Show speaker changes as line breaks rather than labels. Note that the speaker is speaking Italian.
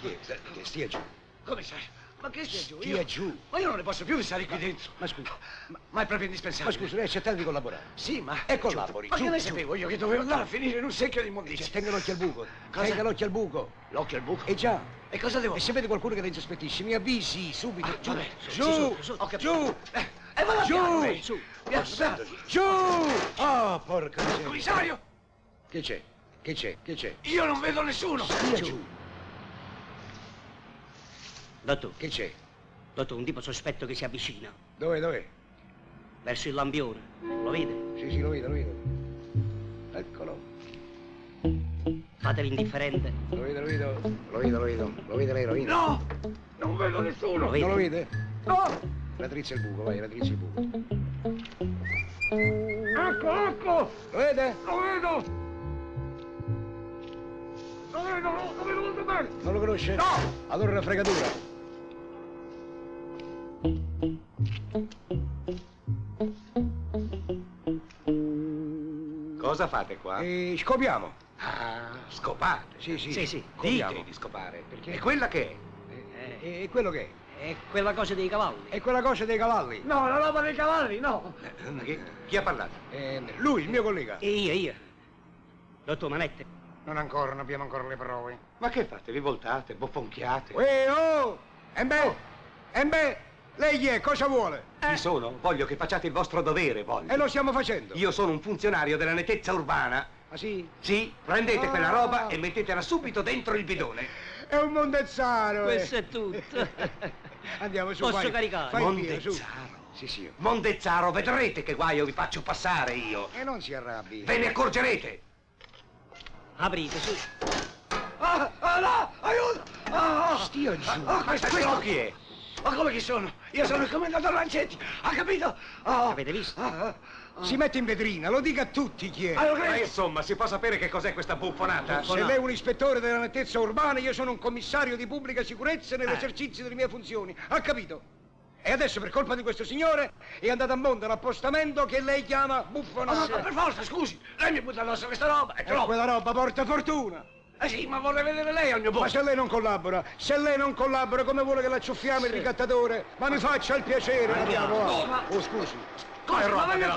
Che, che stia giù.
Come sai? Ma che stia giù?
Stia
Io-
giù.
Ma io non ne posso più di stare qui dentro.
Ma scusa,
Ma, ma è proprio
ma
indispensabile.
scusa, lei ha accettato di collaborare.
Sì, ma...
E collabori,
Ma
giù,
che ne
giù.
sapevo io che dovevo andare a finire in un secchio
Cioè,
di immondizia?
tenga l'occhio al buco.
Cosa?
Tenga l'occhio al buco.
L'occhio al buco?
E già.
E cosa devo
E se vede qualcuno che le insospettisce, mi avvisi subito.
Ah, va bene, su,
giù,
su, su, ho capito.
giù,
Eh, e vado
Giù!
piano, vedi, su. Piano, piano.
giù. Ah, porca miseria.
Commissario,
Che c'è? Che c'è? Che c'è?
io non vedo nessuno.
Stia giù.
Dottor,
Che c'è?
dottor, un tipo sospetto che si avvicina
Dov'è, dov'è?
verso il lampione. Lo vede?
Sì, sì, lo vedo, lo vedo. Eccolo.
Fatelo indifferente.
Lo vedo, lo vedo. Lo vedo, lo vedo. Lo vede lei, lo vede.
No, non
Lo
vedo nessuno.
vede?
Non lo vede?
No,
Ratrice il buco, vai, ratrice il buco.
ecco, ecco,
Lo vede?
lo vedo. Lo vedo, lo, lo vedo molto bene.
Non lo conosce?
No,
Allora una fregatura.
Cosa fate qua?
Eh,
E scopiamo.
Ah, scopate.
Sì, sì.
Sì, sì.
Scopiamo.
Dite di scopare.
Perché?
E quella che è?
Eh,
E, e- e quello che è?
È quella cosa dei cavalli.
È quella cosa dei cavalli.
no, la roba dei cavalli, no.
Eh, Chi, chi ha parlato? Eh,
Eh, lui, il mio collega.
E io, io. Dottor Manette,
Non ancora, non abbiamo ancora le prove.
Ma che fate? Vi voltate, bofonchiate?
Uè, oh! E beh, e beh, lei chi è? Cosa vuole?
Chi sono? Voglio che facciate il vostro dovere, voglio.
E lo stiamo facendo.
Io sono un funzionario della nettezza urbana.
Ah sì?
Sì, prendete
Ah.
quella roba e mettetela subito dentro il bidone.
È un mondezzaro. eh.
questo è tutto.
Eh.
Andiamo su,
Posso
vai.
caricare?
Fai il tiro, su.
Mondezzaro.
Sì, sì.
Mondezzaro, vedrete che guaio vi faccio passare io.
E non si arrabbi.
Ve ne accorgerete.
Aprite, su.
Ah, ah, là, aiuto. Ah, ah.
Stia giù.
Ah, ah, questo, questo
chi è?
Ma come chi sono? Io sono il commendatore Lancetti, ha capito? Ah,
Avete visto?
ah, ah.
Si mette in vetrina, lo dica a tutti chi è.
Ah, lo
Eh, Ma
credo.
insomma, si può sapere che cos'è questa buffonata?
Ecco,
Se lei è un ispettore della nettezza urbana, io sono un commissario di pubblica sicurezza
Eh.
nell'esercizio delle mie funzioni. Ha capito? E adesso, per colpa di questo signore, è andato a mondo un appostamento che lei chiama
Ah, ma-
buffonata.
ma per forza, scusi, lei mi butta addosso questa roba, è
E
Eh,
troppo.
Eh, quella roba porta fortuna.
Eh sì, ma vorrei vedere lei al mio
Ma
posto.
se lei non collabora, se lei non collabora, come vuole che la ciuffiamo il ricattatore? Ma mi faccia il piacere, andiamo.
No,
là.
ma-
Oh, scusi.
Cosa? Ma
roba
voglio-
della